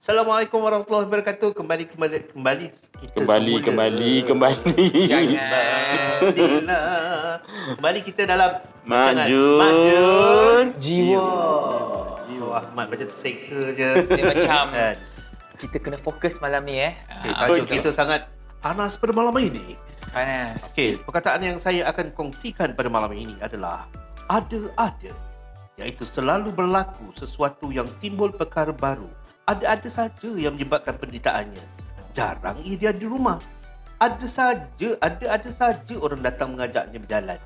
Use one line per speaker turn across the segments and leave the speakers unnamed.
Assalamualaikum warahmatullahi wabarakatuh. Kembali kembali kembali kita
Kembali,
semula.
kembali, kembali.
Kembalilah. Kembali kita dalam
Majun.
Majun.
Jiwa.
Yo Ahmad macam terseksa je.
Dia macam
Kan.
Eh, kita kena fokus malam ni eh.
Okay, tajuk kita sangat panas pada malam ini.
Panas.
Okey, perkataan yang saya akan kongsikan pada malam ini adalah ada-ada iaitu selalu berlaku sesuatu yang timbul perkara baru. Ada-ada saja yang menyebabkan penderitaannya. Jarang ia dia di rumah. Ada saja, ada-ada saja orang datang mengajaknya berjalan.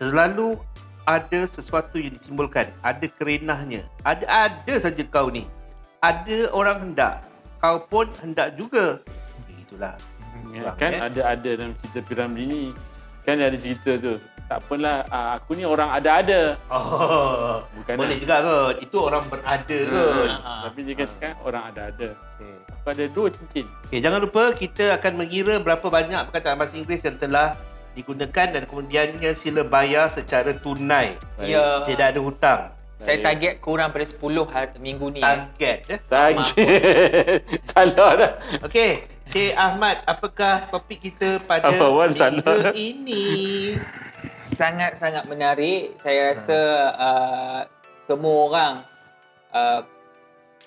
Selalu ada sesuatu yang ditimbulkan. Ada kerenahnya. Ada-ada saja kau ni. Ada orang hendak. Kau pun hendak juga. Itulah.
Ya, kan ada-ada dalam cerita Piramli ni. Kan ada cerita tu. Tak apalah, ah, aku ni orang ada-ada.
Oh,
Bukan lah.
boleh juga kot. Itu orang berada kot.
Ah, Tapi dia katakan orang ada-ada.
Okey.
Aku ada dua cincin.
Okey, jangan lupa kita akan mengira berapa banyak perkataan bahasa Inggeris yang telah digunakan dan kemudiannya sila bayar secara tunai.
Ya.
Tidak ada hutang.
Saya target kurang pada 10 hari
Ya.
minggu ni. eh.
Target. Eh?
Target. Salah dah.
Okey, Cik Ahmad, apakah topik kita pada
Apa, Wan,
minggu
salah.
ini?
Sangat-sangat menarik. Saya rasa uh, semua orang uh,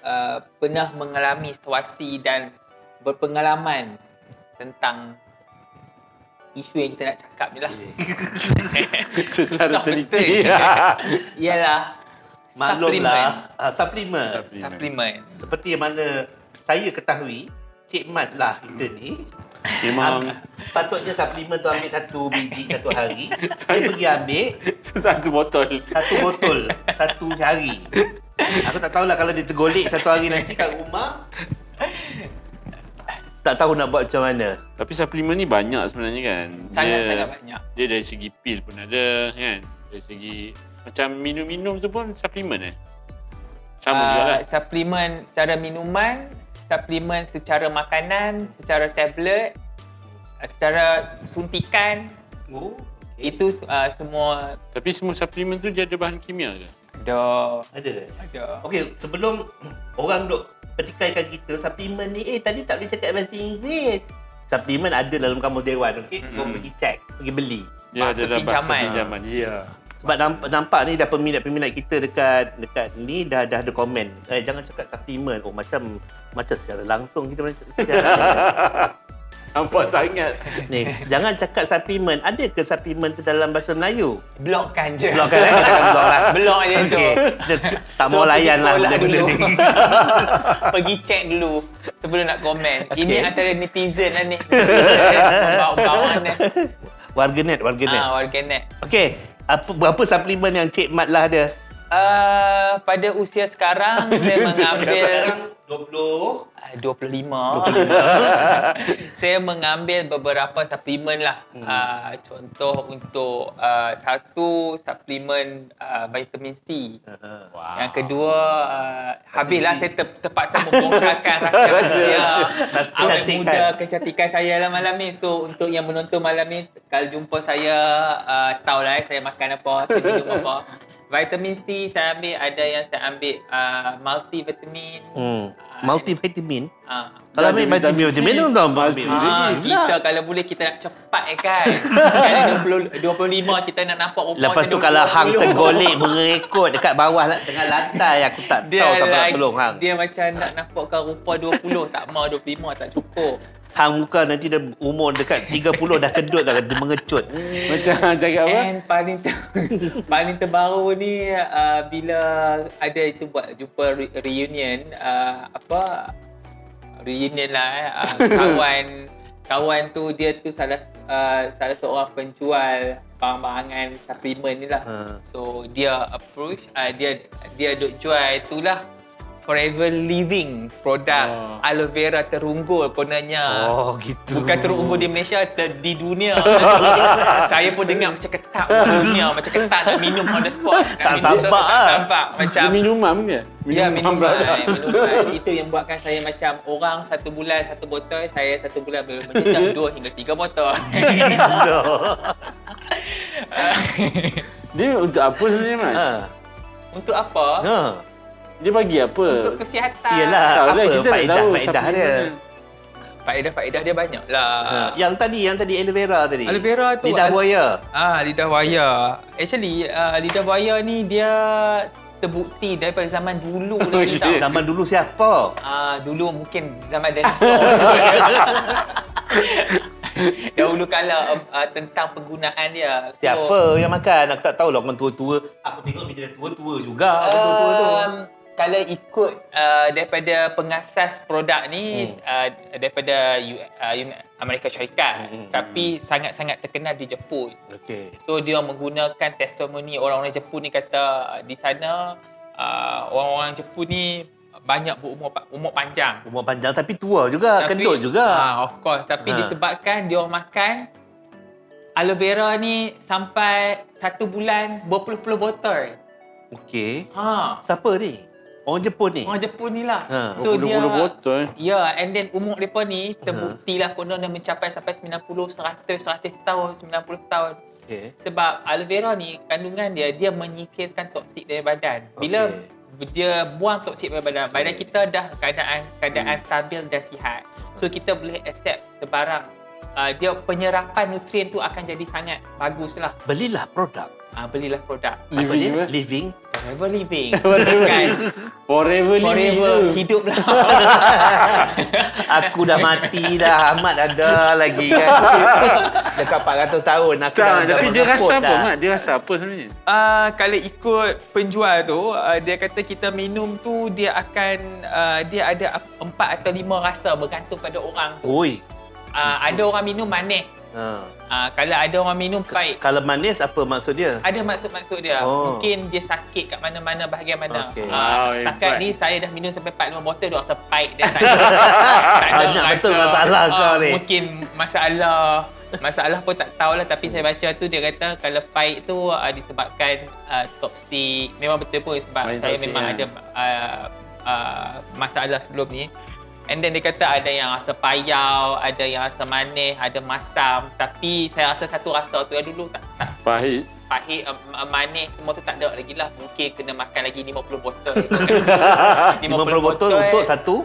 uh, pernah mengalami situasi dan berpengalaman tentang isu yang kita nak cakap ni lah.
Secara
Susah
teliti.
betul. Ialah suplemen.
Maklumlah, ah, suplemen.
Suplemen.
Seperti yang mana saya ketahui, Cik Mat lah kita ni.
Memang
Am- Patutnya suplemen tu ambil satu biji satu hari. Dia pergi ambil
satu botol.
satu botol satu hari. Aku tak tahulah kalau dia tergolek satu hari nanti kat rumah. Tak tahu nak buat macam mana.
Tapi suplemen ni banyak sebenarnya kan. Dia-
Ya.
Sangat-sangat banyak.
Dia dari segi pil pun ada kan. Dari segi macam minum-minum tu pun suplemen eh.
Ah.
Sama uh, juga lah.
uh, suplemen secara minuman, suplemen secara makanan, secara tablet, uh, secara suntikan,
Oh.
itu uh, semua
Tapi semua suplemen tu dia ada bahan kimia ke?
ada
Ada.
ada.
Okey, sebelum orang duk petikaikan kita, suplemen ni, eh tadi tak boleh cakap bahasa Inggeris. Suplemen ada dalam kamu dewan, okey? Mm. Kau
Mm-mm.
pergi cek, pergi beli.
Dia
Bahasa
adalah bahasa
pinjaman.
pinjaman. Ya.
Sebab nampak, nampak ni dah peminat-peminat kita dekat dekat ni dah dah ada komen. Eh jangan cakap suplemen. Oh macam macam secara langsung kita macam secara-
Nampak sangat.
ni. Jangan cakap suplemen. Ada ke suplemen tu dalam bahasa Melayu?
Blokkan je.
Blok kan eh? katakan blok lah.
Blok je tu.
Okey. Dia Tak
So,
mau
pergi
layan lah
sekolah
benda-benda
dulu.
ni.
Pergi check dulu sebelum nak komen. Ini
Okey.
antara netizen lah ni. Bawa-bawa ni.
Warganet, warganet.
Ah, warganet.
Okey. Apa berapa suplemen yang Cik Mat lah ada?
Uh, pada usia sekarang saya
Usia
mengambil
20.
Ah, 25. saya mengambil beberapa suplemen lah. Hmm. Uh, contoh untuk uh, satu suplemen uh, vitamin C.
Wow.
Ah.
Yang kedua, uh, habislah saya ter, terpaksa membongkarkan rahsia-rahsia
Rahsia
awet
kecantikan.
muda kecantikan saya lah malam ni. So, untuk yang menonton malam ni, kalau jumpa saya, uh, tahulah eh, saya makan apa, saya minum apa. Vitamin C saya ambil, ada yang saya ambil uh, multivitamin.
Hmm. Multivitamin.
Uh,
Kalau
Dah ada
ambil vitamin,
vitamin C.
vitamin tu dah ambil.
Multivitamin.
Ah,
Vitamin
kita
lah.
kalau boleh kita nak cepat eh kan. kalau 20 25 kita nak nampak rupa
Lepas
macam
tu kalau
20.
hang tergolek berekot dekat bawah lah, tengah lantai aku tak
dia
tahu siapa nak
lagi-
tolong hang.
Dia macam nak nampakkan rupa 20 tak mau 25 tak cukup.
Hang muka nanti dia umur dekat 30 dah kedut dah dia mengecut.
Macam cakap
Eh,
apa?
And paling ter- paling terbaru ni uh, bila ada itu buat jumpa re- reunion uh, apa reunion lah eh. Uh, kawan kawan tu dia tu salah uh, salah seorang penjual barang-barangan suplemen ni lah.
Ha.
So dia approach uh, dia dia duk jual itulah Forever Living
Oh.
produk aloe vera terunggul kononnya.
Oh gitu.
Ah. Bukan teruk unggul di Malaysia, ter, di dunia. saya pun dengar macam ketak pun dunia. Macam ketak nak minum on the spot. Nak
Tak
minum,
sampak
Tak
lah.
sampak. Macam,
Dia minuman dia.
ya, minum
berada.
eh.
air, minum air. Itu yang buatkan saya macam orang satu bulan satu botol, saya satu bulan boleh mencecah dua hingga tiga botol.
Gila.
Dia untuk apa sebenarnya, Mat?
Ha.
Untuk apa?
Ha.
Dia bagi apa?
Untuk kesihatan.
Yelah.
Tak,
apa
kita nak
faedah-
tahu
faedah dia.
suplemen.
Faedah-faedah dia banyak lah.
Ha, yang tadi, yang tadi aloe vera tadi.
Aloe vera tu,
Lidah
al-
buaya.
Ah, lidah buaya. Actually, uh, lidah buaya ni dia terbukti daripada zaman dulu
Oh,
lagi
Okey.
tau.
Zaman dulu siapa?
Ah, dulu mungkin zaman dinosaur. Dahulu kala um, ah, tentang penggunaan dia. So,
Siapa yang makan? Aku tak tahu lah orang tua-tua. Aku tengok bila dia tua-tua juga. orang tua-tua Ah, tu.
Um, kalau ikut uh, daripada pengasas produk ni hmm. uh, daripada U, uh, Uni- Amerika Syarikat
Hmm, hmm,
hmm. tapi sangat-sangat terkenal di Jepun.
Okey.
So dia menggunakan testimoni orang-orang Jepun ni kata di sana uh, orang-orang Jepun ni banyak berumur pa- umur panjang.
Umur panjang tapi tua juga. Kendut juga.
Ah, of course, tapi
Ha.
ha. disebabkan dia orang makan aloe vera ni sampai satu bulan berpuluh-puluh botol.
Okey.
Ha.
Siapa ni? Orang Jepun ni?
Orang Jepun ni lah.
Eh. Ha,
Bulu-bulu botol eh.
Ya, yeah, and then umur mereka ni terbuktilah konon dah mencapai sampai 90, 100, 100 tahun, 90 tahun.
Okey.
Sebab aloe vera ni kandungan dia dia menyingkirkan toksik dari badan. Bila dia buang toksik dari badan, badan
Okey.
kita dah keadaan keadaan stabil dan sihat. So kita boleh accept sebarang uh, dia penyerapan nutrien tu akan jadi sangat baguslah.
Belilah produk.
Ah belilah produk.
Apa
Living
dia?
eh.
Living.
Forever living.
Forever
Bukan
Forever living
forever
tu.
hiduplah.
Aku dah mati dah. Ahmad ada lagi kan. Dekat 400 tahun. Aku dah,
Tak,
dah
tapi dia
mengekut
rasa apa,
dah.
Mat? Dia rasa apa sebenarnya?
Uh, kalau ikut penjual tu, uh, dia kata kita minum tu dia akan uh, dia ada empat atau lima rasa bergantung pada orang tu.
Ui.
Uh, ada orang minum manis.
Ha.
Uh, kalau ada orang minum pahit.
Kalau manis apa maksud dia?
Ada maksud-maksud dia.
Oh.
Oh. Mungkin dia sakit kat mana-mana bahagian mana.
Okey.
Okay. Uh,
Wow,
setakat
Ah, hebat.
ni saya dah minum sampai 4 5 botol dia rasa pahit dan tak ada- tak ada
Banyak betul masalah
Ah,
kau ni.
Mungkin masalah masalah pun tak tahulah tapi saya baca tu dia kata kalau pahit tu uh, disebabkan uh, toksik. Memang betul pun sebab
Main
saya
toksik, ya.
memang ada uh, uh, masalah sebelum ni. And then dia kata ada yang rasa payau, ada yang rasa manis, ada masam. Tapi saya rasa satu rasa tu yang dulu tak
Pahit.
pahit, um, um, manis, semua tu tak ada lagi lah. Mungkin kena makan lagi 50 botol.
50 botol
eh.
untuk satu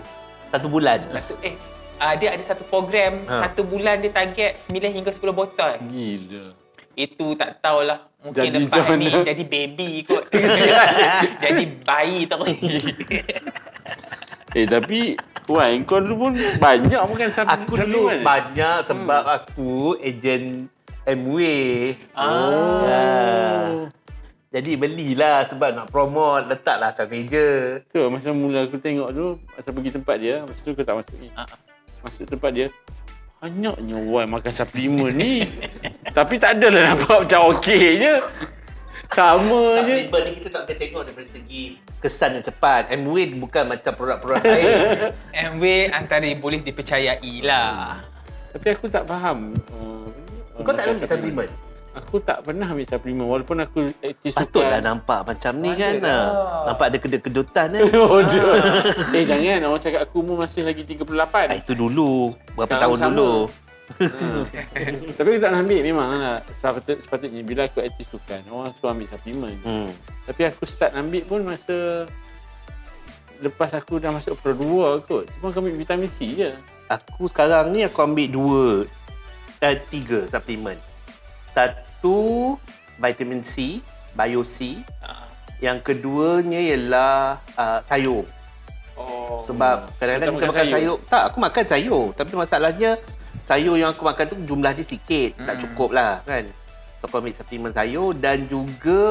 satu bulan.
satu. Eh, uh, dia ada satu program,
Ha.
ha. satu bulan dia target 9 hingga 10 botol.
Gila.
Itu tak tahulah. Mungkin
Jadi
jadi lepas
macam
ni
mana?
jadi baby kot. jadi bayi terus.
Eh, tapi... Wan, kau dulu pun banyak makan sapi.
Aku dulu banyak sebab
Hmm.
aku ejen MUA.
Ah.
Ah. Jadi belilah sebab nak promote, letaklah atas meja.
Tu, masa mula aku tengok tu, masa pergi tempat dia, masa tu aku tak masuk ni.
Ah, ah.
Masuk tempat dia, banyaknya Wan makan suplemen ni. tapi tak adalah nampak macam okey je. Sama je.
Supplement ni kita tak boleh tengok daripada segi kesan yang cepat. MUA bukan macam produk-produk lain.
MW antara boleh dipercayai
Hmm.
lah.
Tapi aku tak faham. Uh, ni,
Kau
uh,
tak
makan
ambil supplement?
Aku tak pernah ambil suplemen walaupun aku eh, aktif
Patutlah nampak macam ni kan.
Patutlah.
ah. Nampak ada kedut-kedutan kan.
Oh, dia. eh jangan orang cakap aku umur masih lagi 38.
Ah, itu dulu. Berapa
Sekarang
tahun
sama.
dulu.
Tapi aku tak nak ambil memang lah. Sepatut, sepatutnya bila aku aktif sukan, orang suruh ambil suplemen.
Hmm.
Tapi aku start ambil pun masa lepas aku dah masuk Pro 2 kot. Cuma aku ambil vitamin C je.
Aku sekarang ni aku ambil dua eh, tiga suplemen. Satu vitamin C, bio C.
Ah.
Yang keduanya ialah uh, sayur.
Oh.
Sebab kadang-kadang
Kau
kita Hmm. makan
tak makan
sayur. Tak, aku makan sayur. Tapi masalahnya sayur yang aku makan tu jumlah dia sikit. Tak
Mm-mm.
cukup lah kan. So, Aku ambil suplemen sayur dan juga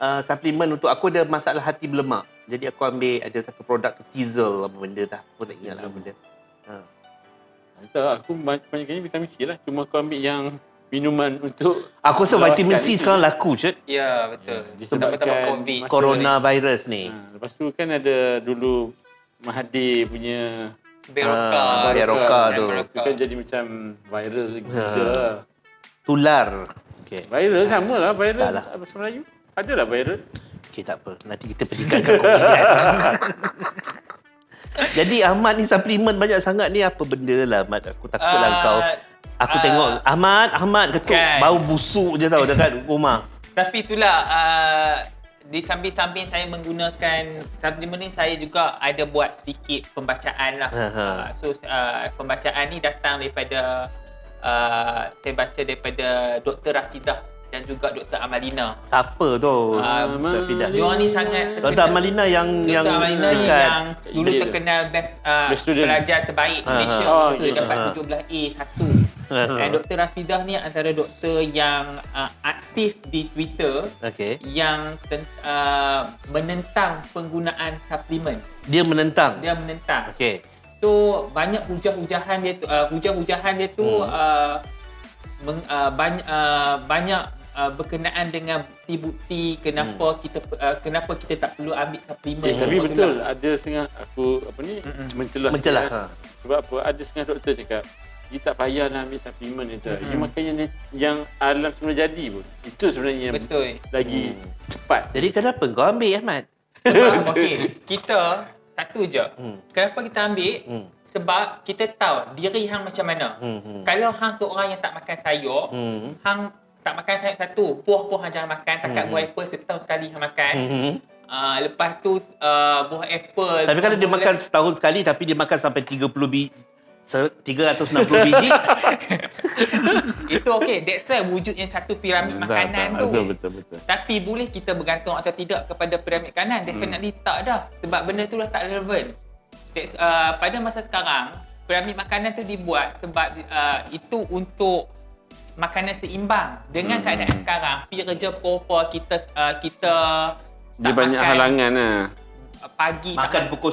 uh, suplemen untuk aku ada masalah hati berlemak. Jadi aku ambil ada satu produk tu Tizel apa benda dah. Aku tak ingat lah apa benda.
Tak, aku banyaknya vitamin C lah. Cuma aku ambil yang minuman untuk
Aku rasa
Luaskan
vitamin C
itu.
sekarang laku je.
Ya, betul.
Ya, disebabkan
Tambah-tambah COVID.
masa-
Coronavirus ni.
Ha, lepas tu kan ada dulu Mahathir punya
Beroka.
Ah, Beroka tu.
Itu kan jadi macam viral
Ha.
gila. lah.
Tular. Okay.
Viral sama lah viral
Tak lah.
bahasa Melayu. Adalah lah viral.
Okay, tak apa. Nanti kita pendidikan komedian. Jadi Ahmad ni suplemen banyak sangat ni apa benda lah Ahmad. Aku takutlah
Ah,
kau. Aku
ah.
tengok Ahmad, Ahmad ketuk
Kan.
bau busuk je tau dekat rumah.
Tapi itulah uh, di samping-samping saya menggunakan suplemen ni saya juga ada buat sedikit pembacaan lah.
Aha.
Uh, so uh, pembacaan ni datang daripada uh, saya baca daripada Dr. Rafidah dan juga Dr. Amalina.
Siapa tu?
Ah,
Dr. Fidah.
Dia orang ni sangat
Dr. Amalina yang
Dr.
yang
Amalina ni
dekat
yang dulu
Dia-
terkenal best, uh,
Best student.
pelajar terbaik
Ah,
Malaysia
ah.
waktu tu
Ah,
dia dapat
ah.
17A 1.
Ah, ah.
Dan Dr. Rafidah ni antara doktor yang uh, aktif di Twitter
Okey.
yang ten, uh, menentang penggunaan suplemen.
Dia menentang.
Dia menentang.
Okey.
So banyak hujah-hujahan dia tu uh, hujah-hujahan dia tu
Hmm.
hmm. uh, meng, uh, banyak uh, banyak uh, berkenaan dengan bukti-bukti kenapa hmm. kita uh, kenapa kita tak perlu ambil suplemen.
Eh, tapi
Sebab
betul
tu-
ada setengah aku apa ni
Mm-mm.
mencelah.
Mencelah.
sikit. eh.
Ha.
Sebab apa? Ada setengah doktor cakap dia tak payah nak ambil suplemen itu. Mm-hmm. Dia
Mm-mm.
makan yang, yang alam semula jadi pun. Itu sebenarnya yang
betul.
lagi
Hmm.
cepat.
Jadi kenapa kau ambil Ahmad?
Sebab, Okey, kita satu je.
Hmm.
Kenapa kita ambil?
Hmm.
Sebab kita tahu diri hang macam mana.
Hmm. Hmm.
Kalau hang seorang yang tak makan sayur,
Hmm.
hang tak makan sayur satu buah pun hang jangan makan takat
Hmm.
hmm. buah apple setahun sekali hang makan hmm.
Hmm.
uh, lepas tu uh, buah apple
Tapi kalau dia
buah-
makan setahun sekali tapi dia makan sampai 30 biji 360 biji
itu okey that's why wujud yang satu piramid makanan tu
Betul betul betul.
tapi boleh kita bergantung atau tidak kepada piramid kanan definitely hmm. tak dah sebab benda tu dah tak relevan that's, uh, pada masa sekarang piramid makanan tu dibuat sebab uh, itu untuk makanan seimbang dengan
Hmm.
keadaan sekarang kerja proper kita uh, kita
Dia
tak
banyak
makan
halangan lah.
pagi tak
makan pukul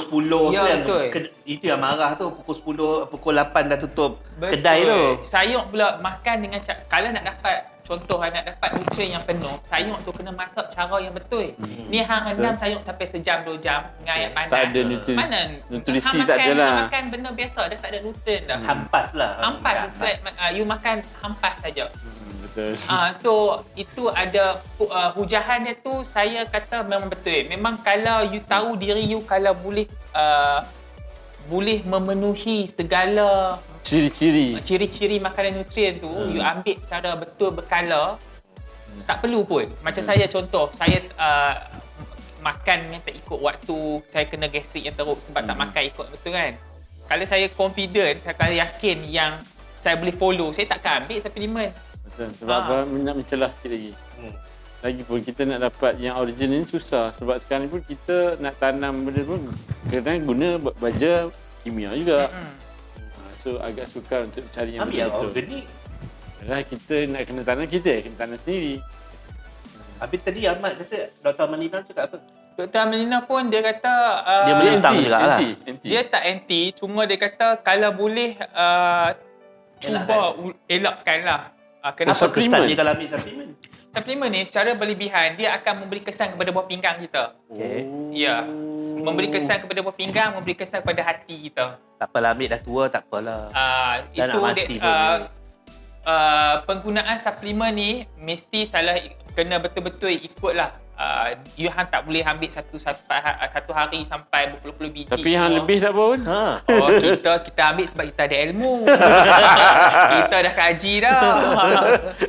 10
Ya,
tu yang
betul.
ke- itu yang marah tu pukul 10 pukul 8 dah tutup
Betul.
kedai tu.
Sayur pula makan dengan ca- kalau nak dapat contoh nak dapat nutrien yang penuh, sayur tu kena masak cara yang betul. Hmm. Ni hang rendam sayur sampai sejam dua jam dengan air panas.
Tak ada nutrisi.
Mana
Nutrisi
hang
tak
makan-
ada lah.
hang Makan benda biasa dah tak ada nutrien dah. Hmm.
Hampas lah.
Hampas
Ya,
it's like, uh, you makan hampas saja.
Hmm, Betul.
Ah so itu ada hu- uh, hujahan dia tu saya kata memang betul. Memang kalau you tahu diri you kalau boleh uh, boleh memenuhi segala
Ciri-ciri.
ciri-ciri makanan nutrien tu hmm. you ambil secara betul berkala tak perlu pun macam saya contoh saya uh, makan dengan tak ikut waktu saya kena gastrik yang teruk sebab tak makan ikut betul kan kalau saya confident saya kalau yakin yang saya boleh follow saya takkan ambil suplemen
Betul. Sebab
Ah.
apa? Nak mencelah sikit lagi.
Hmm.
Lagipun kita nak dapat yang original ni susah sebab sekarang ni pun kita nak tanam benda pun kena guna ba- baja kimia juga.
hmm.
Ah, So agak sukar untuk cari yang
Ambil yang
betul-betul.
organik.
Yalah, kita nak kena tanam kita, kena tanam sendiri.
Habis tadi Ahmad kata Dr. Malina cakap apa?
Dr. Amelina pun dia kata uh,
Dia
Dia
Menentang
anti,
juga lah.
anti, anti.
Dia tak anti, cuma dia kata kalau boleh uh, cuba u- elakkan lah. Uh,
Apa
kenapa?
Pasal-
kesan
Suplemen.
dia kalau ambil suplemen?
Suplemen ni secara berlebihan, dia akan memberi kesan kepada buah pinggang kita.
Okey.
Ya. Memberi kesan kepada buah pinggang, memberi kesan kepada hati kita.
Tak apalah ambil dah tua tak apalah.
Uh,
Dah
itu
nak mati
that's,
pun.
uh, uh, penggunaan suplemen ni mesti salah kena betul-betul ikutlah. Uh, you hang tak boleh ambil satu satu, satu hari sampai berpuluh-puluh biji.
Tapi yang
semua.
lebih tak apa pun.
Ha.
Oh, kita kita ambil sebab kita ada ilmu. kita dah kaji dah.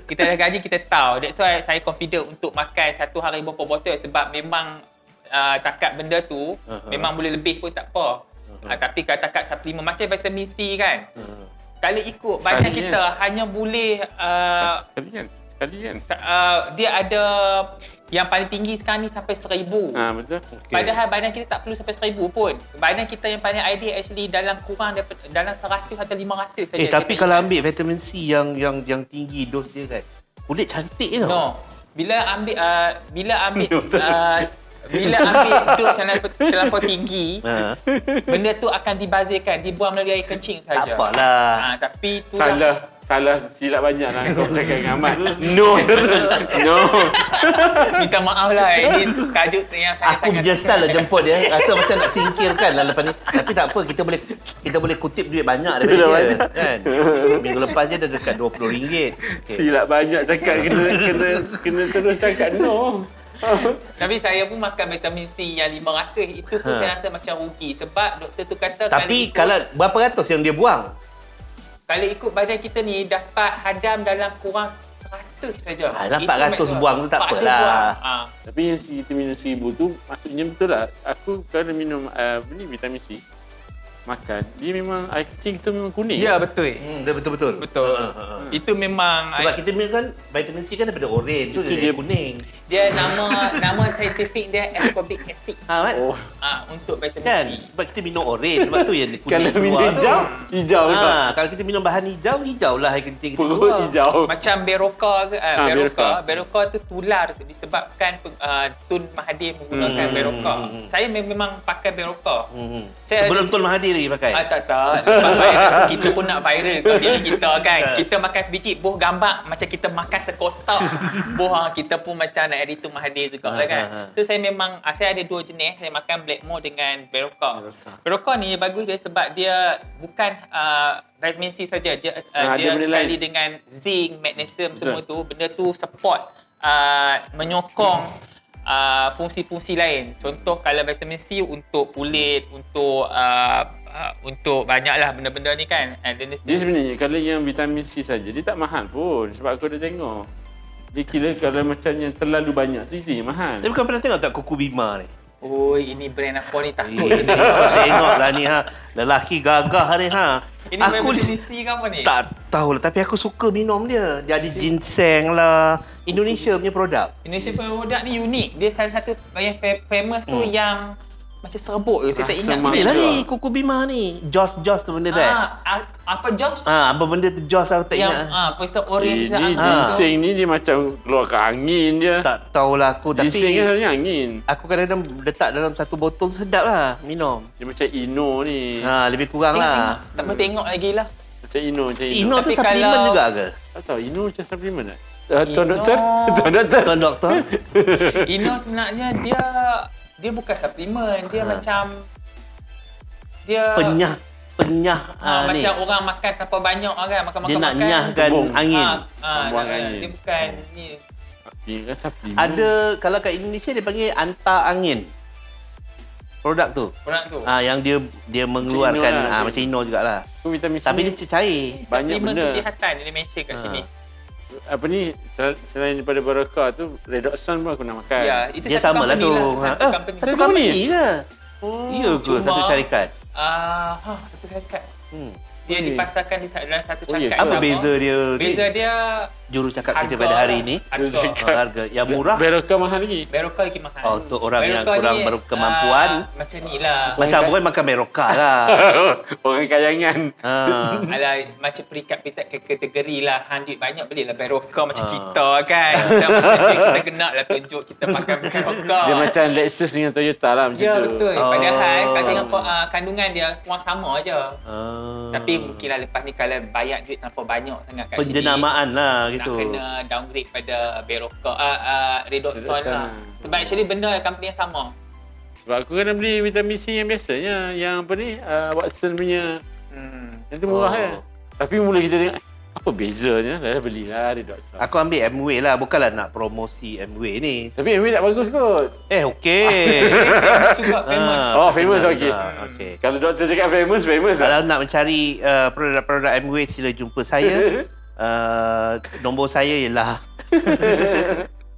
kita dah kaji, kita tahu. That's why saya confident untuk makan satu hari berapa botol sebab memang uh, takat benda tu
Aha.
memang boleh lebih pun tak apa. Uh, tapi kalau takat suplemen macam vitamin C kan.
Hmm.
Kalau ikut badan
Sehari,
kita hanya boleh uh,
Sekali kan? Sekali kan?
uh, dia ada yang paling tinggi sekarang ni sampai seribu.
Ha, betul.
Okey.
Padahal badan kita tak perlu sampai seribu pun. Badan kita yang paling ideal actually dalam kurang daripada, dalam 100 atau 500 saja.
Eh tapi
kita
kalau
ingat.
ambil vitamin C yang yang yang tinggi dos dia kan. Kulit cantik je
No.
tau.
Bila ambil uh, bila ambil uh, bila ambil dos yang terlampau- terlampau tinggi,
Ha.
benda tu akan dibazirkan, dibuang melalui air kencing
Tak
saja.
apalah.
Ha, tapi tu
Salah. Salah silap banyak lah kau cakap dengan Ahmad. No. no.
minta maaf lah. Ini tajuk yang sangat-sangat...
Aku menyesal lah jemput dia. Rasa macam nak singkirkan lah lepas ni. Tapi tak apa, kita boleh kita boleh kutip duit banyak daripada
Duit
dia.
banyak.
Kan? Minggu lepas je dah dekat RM20. Okay.
Silap banyak cakap kena kena kena terus cakap no.
Tapi saya pun makan vitamin C yang 500. Itu pun
Ha.
saya rasa macam rugi. Sebab doktor tu kata...
Tapi
ikut-
kalau berapa ratus yang dia buang?
Kalau ikut badan kita ni dapat hadam dalam kurang Patut saja.
Ah, lah,
Itu
400
maximum.
buang tu tak
400
apalah.
buang. Ah,
Tapi yang kita minum seribu tu maksudnya betul lah. Aku kalau minum uh, ni vitamin C makan dia memang air kecil tu memang kuning.
Ya betul.
Hmm, dia betul-betul.
Betul.
Ha, ha, ha.
Itu memang
Sebab kita punya kan vitamin C kan daripada oren tu
Itu
dia
dia.
kuning.
dia nama nama saintifik dia ascorbic acid.
Ha kan?
Oh,
Ah untuk vitamin
Kan?
C.
Sebab kita minum oren sebab tu yang kuning
kalau minum
keluar
hijau, hijau
Tu.
tak.
Ha, kalau kita minum bahan hijau, hijau lah air kencing kita
Perut hijau.
Macam beroka ke ah,
Ah,
beroka.
Berocca.
Beroka tu tular disebabkan ah, Tun Mahathir menggunakan
Hmm.
beroka. Saya mem- memang pakai beroka.
Hmm.
Saya-
Sebelum Tun Mahathir lagi pakai.
Ah tak tak. Sebab viral, kita pun nak viral kalau diri kita kan. Kita makan sedikit boh gambar macam kita makan sekotak. boh ah, kita pun macam nak hari tu Mahathir juga lah
Ah,
kan.
Ha, ha, ha.
Tu saya memang ah, saya ada dua jenis. Saya makan Blackmore dengan Berocca.
Berocca.
Berocca ni bagus dia sebab dia bukan ah, vitamin C saja. Dia,
Ah,
ah, dia
ada benda
sekali
lain.
dengan zinc, magnesium
Betul.
semua tu. Benda tu support ah, menyokong Uh, fungsi-fungsi lain. Contoh kalau vitamin C untuk kulit, untuk uh, uh, untuk banyaklah benda-benda ni kan. And then
Dia sebenarnya kalau yang vitamin C saja dia tak mahal pun sebab aku dah tengok. Dia kira kalau macam yang terlalu banyak tu dia yang mahal.
Tapi kau pernah tengok tak kuku bima ni?
Oi, ini brand apa ni takut
Eh,
kita.
kau tengok lah ni ha. Lelaki gagah ni ha.
Ini brand
aku
vitamin C ke apa ni?
tak tahu lah tapi aku suka minum dia. Jadi ginseng lah. Indonesia punya produk.
Indonesia punya produk ni unik. Dia salah satu yang fa- famous tu
Hmm.
yang macam serbuk tu. Saya tak
Rasa
ingat.
mak-
Ni lah ni kuku bima ni. Jos-jos tu benda tu. eh.
Ah, a- apa Josh?
Ha, apa benda tu jos aku tak
yang
ingat.
ah, pasal
Ini
orange
Ah.
pasal apa tu.
ginseng ni dia macam keluar ke angin je.
Tak tahulah aku tapi
Ginseng kan sebenarnya angin.
aku kadang-kadang letak dalam satu botol sedap lah minum.
Dia macam Ino ni.
Ha, lebih kurang
Tengok,
lah.
tengok. Tak pernah tengok lagi lah.
Macam Ino, macam Ino.
Ino tu
Tapi
suplemen
kalau-
juga ke?
Tak tahu, Ino macam suplemen tak? Uh, Tuan
Ino.
Doktor? Tuan Doktor?
Tuan doktor?
Ino sebenarnya dia dia bukan suplemen, dia
Ha.
macam dia
penyah. Penyah
ha,
ha, ni.
macam orang makan tanpa banyak orang kan, makan
Dia
makan
nak
makan.
nyahkan
Kebun.
angin.
Ha, ha,
Buang
dia,
angin.
dia bukan ni.
Dia kan suplemen.
Ada, kalau kat Indonesia dia panggil antar angin. Produk tu.
Orang tu.
Ha, yang dia dia mengeluarkan
Ino lah.
macam, ha, macam Ino jugalah.
Aku vitamin C.
Tapi dia cecair.
banyak
Suplemen
benda.
kesihatan dia mention kat
Ha.
sini.
Apa ni, sel- selain daripada Baraka tu, Redoxon pun aku nak makan.
Ya, itu
Dia
satu
sama lah
company
tu.
lah.
Ha,
Satu
eh,
company.
Satu
Satu company?
company ke?
Oh.
Ya ke
Hmm. cuma-
satu syarikat?
Ah, ha, satu syarikat.
Hmm.
Dia
Okey.
dipasarkan di sa- dalam satu
Oh, ya
syarikat.
ke?
Apa
sama.
beza dia?
Beza dia
Juru cakap kita pada hari ini.
harga.
Juru
Ha, harga yang murah.
Baraka mahal lagi.
Berokah lagi mahal.
Oh, tu orang yang
Berokah
kurang
ni,
berkemampuan.
ah, macam ni lah.
Macam
Orang-
bukan makan meroka lah.
Orang kayangan.
ha.
Alah, macam perikat-perikat ke- kategori lah. Kan duit banyak, belilah berokah
Ah.
macam kita kan. Kita macam dia, kita genak lah tunjuk kita pakai berokah.
Dia macam Lexus dengan Toyota lah macam
Ya,
tu.
betul.
Oh.
Padahal kalau tengok ah, kandungan dia, kurang sama je.
Ah.
Tapi mungkinlah lepas ni kalau bayar duit tanpa banyak sangat kat
penjenamaan lah
sini.
gitu.
Nak kena downgrade pada berokah, ah, ah, redoxon
Redoxon lah.
lah. Sebab actually benda company yang sama.
Sebab aku kena beli vitamin C yang biasanya. Yang apa ni, uh, Watson punya.
Hmm.
Yang tu murah
Oh.
oh. kan. Tapi mula kita tengok, eh, apa bezanya? Dah belilah Redoxon.
Aku ambil Amway lah. Bukanlah nak promosi Amway ni.
Tapi Amway tak bagus kot.
Eh, okey.
Famous juga, famous.
Ah,
Oh, famous,
kenal
okey.
lah. Okey.
Kalau doktor cakap famous, famous lah.
Kalau nak mencari uh, produk-produk Amway, sila jumpa saya. Uh, nombor saya ialah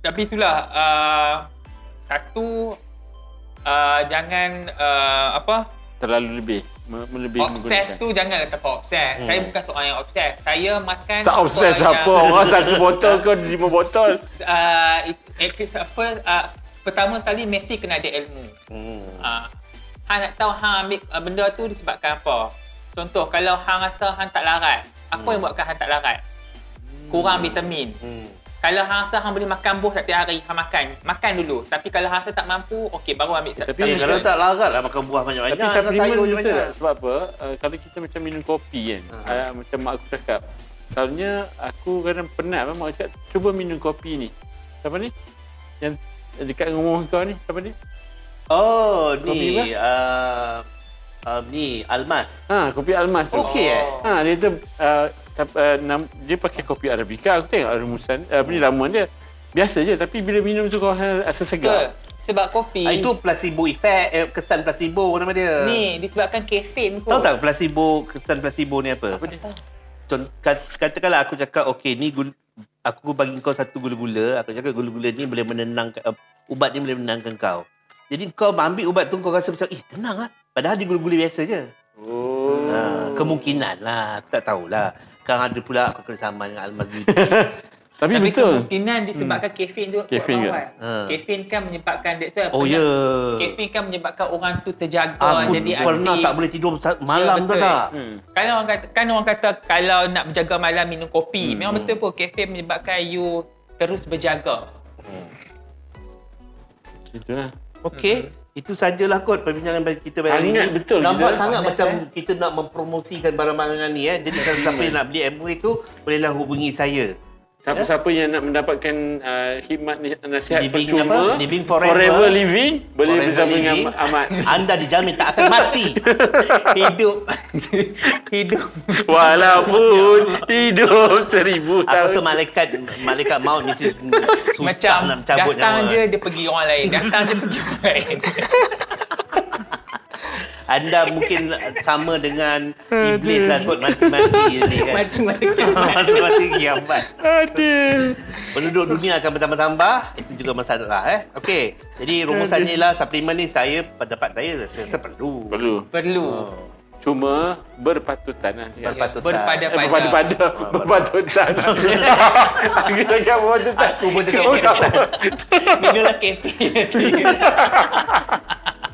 Tapi itulah uh, satu uh, jangan uh, apa
Terlalu lebih. Me- Melebihi
obses tu janganlah terlalu obses.
Hmm.
Saya bukan seorang yang obses. Saya makan
Tak obses apa. Orang satu botol kau lima botol.
Uh, apa uh, pertama sekali mesti kena ada ilmu.
hmm.
Uh, hang nak tahu hang ambil uh, benda tu disebabkan apa. Contoh kalau hang rasa hang tak larat, apa yang buatkan hang tak larat? Kurang vitamin.
Hmm.
Kalau hang rasa hang boleh makan buah setiap hari, hang makan. Makan dulu. Tapi kalau hang rasa tak mampu, okey baru ambil
Tapi
Ya,
Ya,
kalau
betul.
tak larat lah makan buah banyak-banyak.
Tapi
makan
suplemen
sayur
betul
banyak-banyak.
tak? Sebab apa? Uh, kalau kita macam minum kopi kan.
Ha.
Uh, macam mak aku cakap. Selalunya aku kadang penat kan. Mak aku cakap, cuba minum kopi ni. Siapa ni? Yang dekat rumah kau ni. Siapa ni?
Oh,
Kopi
ni. Uh, um, ni, Almas.
Ha, kopi almas tu.
Okey eh?
Ha, dia tu uh, tap- uh, nam- dia pakai kopi Arabica. Aku tengok rumusan, uh, apa ni ramuan dia. Biasa je tapi bila minum tu kau akan rasa
Betul.
segar.
Sebab kopi
Ah, itu placebo effect, eh, kesan placebo nama dia.
ni disebabkan kafein kot.
Tahu tak placebo, kesan placebo ni apa?
Apa dia?
Contoh, katakanlah aku kan- cakap, okey, ni gun- aku bagi kau satu gula-gula, aku cakap gula-gula ni boleh menenangkan, uh, ubat ni boleh menenangkan kau. Jadi kau ambil ubat tu kau rasa macam, eh tenang lah. Padahal dia gula-gula biasa je.
Oh.
Ha, kemungkinan lah, aku tak tahulah. Sekarang ada pula aku kena sama dengan Al-Mazbi.
Tapi,
Tapi
betul.
kemungkinan
Hmm.
disebabkan kafein tu kot
Kafein ke?
kawan.
Ha.
Kafein kan menyebabkan that's why
Oh ya.
penat-
Yeah.
Kafein kan menyebabkan orang tu terjaga
Aku
Ah, jadi
pernah
aktif.
tak boleh tidur sa- malam
Ya,
tu
betul.
tak?
Hmm.
Kalau orang kata kan orang kata kalau nak berjaga malam minum
Hmm.
kopi. Memang betul pun kafein menyebabkan you terus berjaga.
Itulah.
Okey, itu sajalah kot perbincangan bagi kita pada hari
Hangat
ini.
betul
Nampak
kita.
sangat
Hangat,
macam
eh.
kita nak mempromosikan barang-barang ni eh. Jadi kalau siapa yang nak beli MU itu bolehlah hubungi saya.
Siapa-siapa yang nak mendapatkan uh, khidmat ni- nasihat
Living
percuma,
apa? Living forever.
forever living, boleh
Forever
bersama dengan
living.
Ahmad.
Anda dijamin tak akan mati.
Hidup hidup
Walaupun hidup seribu
Ya Aku rasa
tahun.
malaikat malaikat maut mesti susah
macam
nak cabut
datang
nyawa. eh.
je dia pergi orang lain. Datang je pergi orang lain.
Anda mungkin sama dengan iblis lah kot mati-mati ni kan.
Mati-mati
Mati-mati kiamat.
Aduh.
Penduduk dunia akan bertambah-tambah. Itu juga masalah eh. Okey. Jadi rumusannya ialah suplemen ni saya pendapat saya saya rasa perlu. Oh.
Perlu.
perlu.
Cuma berpatutan lah. cakap.
Berpatutan.
Eh,
Berpada-pada.
berpada-pada.
Ah,
Berpatutan. Aku cakap berpatutan.
Aku pun cakap berpatutan. Minumlah kafein.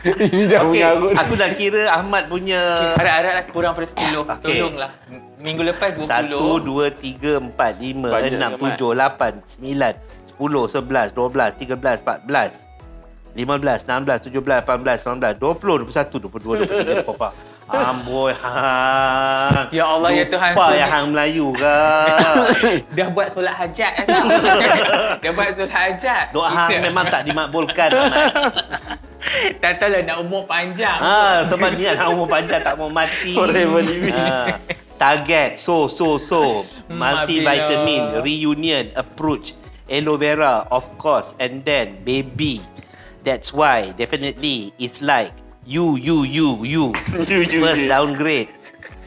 Ini dah
Okey,
mengarut.
aku dah kira Ahmad punya
Harap-haraplah lah kurang pada 10.
Ah, Okey.
Tolonglah. Minggu lepas 20.
satu, dua, tiga, empat, lima,
Banyak
enam,
amat.
tujuh, lapan, sembilan, sepuluh, sebelas, dua belas, tiga belas, empat belas, lima belas, enam belas, tujuh belas, lapan belas, sembilan belas, dua puluh, dua puluh satu, dua puluh dua, dua puluh tiga, dua puluh empat. Amboi, hang.
Ya Allah, ya Tuhan
Lupa
ku
yang
ni.
hang Melayu ke?
Dah buat solat hajat eh, tak? Dah buat solat hajat.
Doa hang
Kita
memang tak dimakbulkan, Ahmad.
Tak tahulah nak umur panjang.
Ha, sebab niat hang umur panjang tak mau mati.
Forever living.
Ha. Target, so, so, so. Multivitamin,
Hmm, Mabila.
reunion, approach, aloe vera, of course, and then baby. That's why, definitely, it's like you, you, you, you.
You, you,
First
you.
downgrade.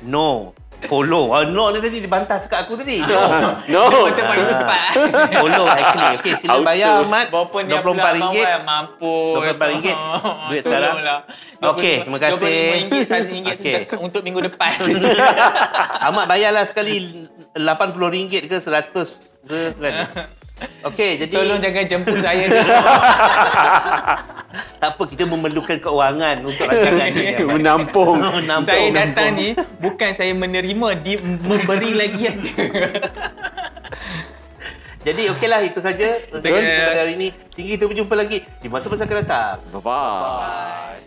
No. Follow. Oh, no ni tadi dibantah cakap aku tadi. No.
No.
Dia betul paling cepat.
Follow actually. Okay, sila
Auto.
bayar Ahmad.
Berapa ni pula
RM24.
Mawar? Mampus.
RM24. Duit sekarang.
Tolonglah.
Okey, terima kasih.
RM25, RM1
Okey.
okay. untuk minggu depan.
Ahmad bayarlah sekali RM80 ke RM100 ke kan. Okey, jadi
Tolong jangan jemput saya.
tak apa kita memerlukan keuangan untuk rancangan ni. Ahmad.
Menampung.
Menampung.
saya datang ni bukan saya menerima, dia memberi lagi aja.
Jadi okeylah itu saja rancangan kita pada hari ini. Tinggi kita berjumpa lagi di masa-masa akan datang.
Bye-bye.